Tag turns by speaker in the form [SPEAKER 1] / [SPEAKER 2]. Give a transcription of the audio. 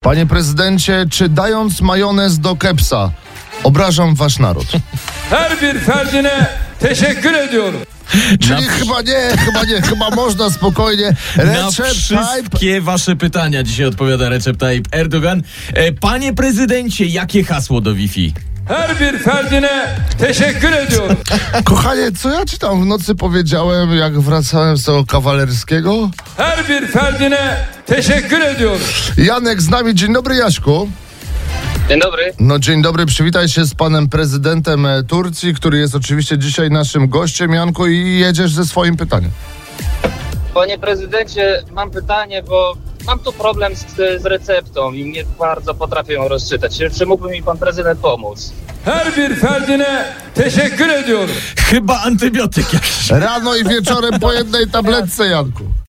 [SPEAKER 1] Panie prezydencie, czy dając majonez do kepsa obrażam wasz naród?
[SPEAKER 2] Her bir ferdine teşekkür ediyorum.
[SPEAKER 1] Czyli chyba nie, chyba nie, chyba można spokojnie.
[SPEAKER 3] Na
[SPEAKER 1] Recep Tayyip
[SPEAKER 3] wszystkie wasze pytania dzisiaj odpowiada Recep Tayyip Erdogan. E, Panie prezydencie, jakie hasło do Wi-Fi?
[SPEAKER 2] Her bir ferdine teşekkür ediyorum.
[SPEAKER 1] Kochanie, co ja ci tam w nocy powiedziałem, jak wracałem z tego kawalerskiego?
[SPEAKER 2] Her bir ferdine teşekkür ediyorum.
[SPEAKER 1] Janek z nami, dzień dobry Jaśku.
[SPEAKER 4] Dzień dobry.
[SPEAKER 1] No dzień dobry, przywitaj się z panem prezydentem e, Turcji, który jest oczywiście dzisiaj naszym gościem, Janku, i jedziesz ze swoim pytaniem.
[SPEAKER 4] Panie prezydencie, mam pytanie, bo mam tu problem z, z receptą i nie bardzo potrafię ją rozczytać. Czy, czy mógłby mi pan prezydent pomóc?
[SPEAKER 2] Her bir ferdine teşekkür ediyorum.
[SPEAKER 3] Chyba antybiotyk jakiś.
[SPEAKER 1] Rano i wieczorem po jednej tabletce, Janku.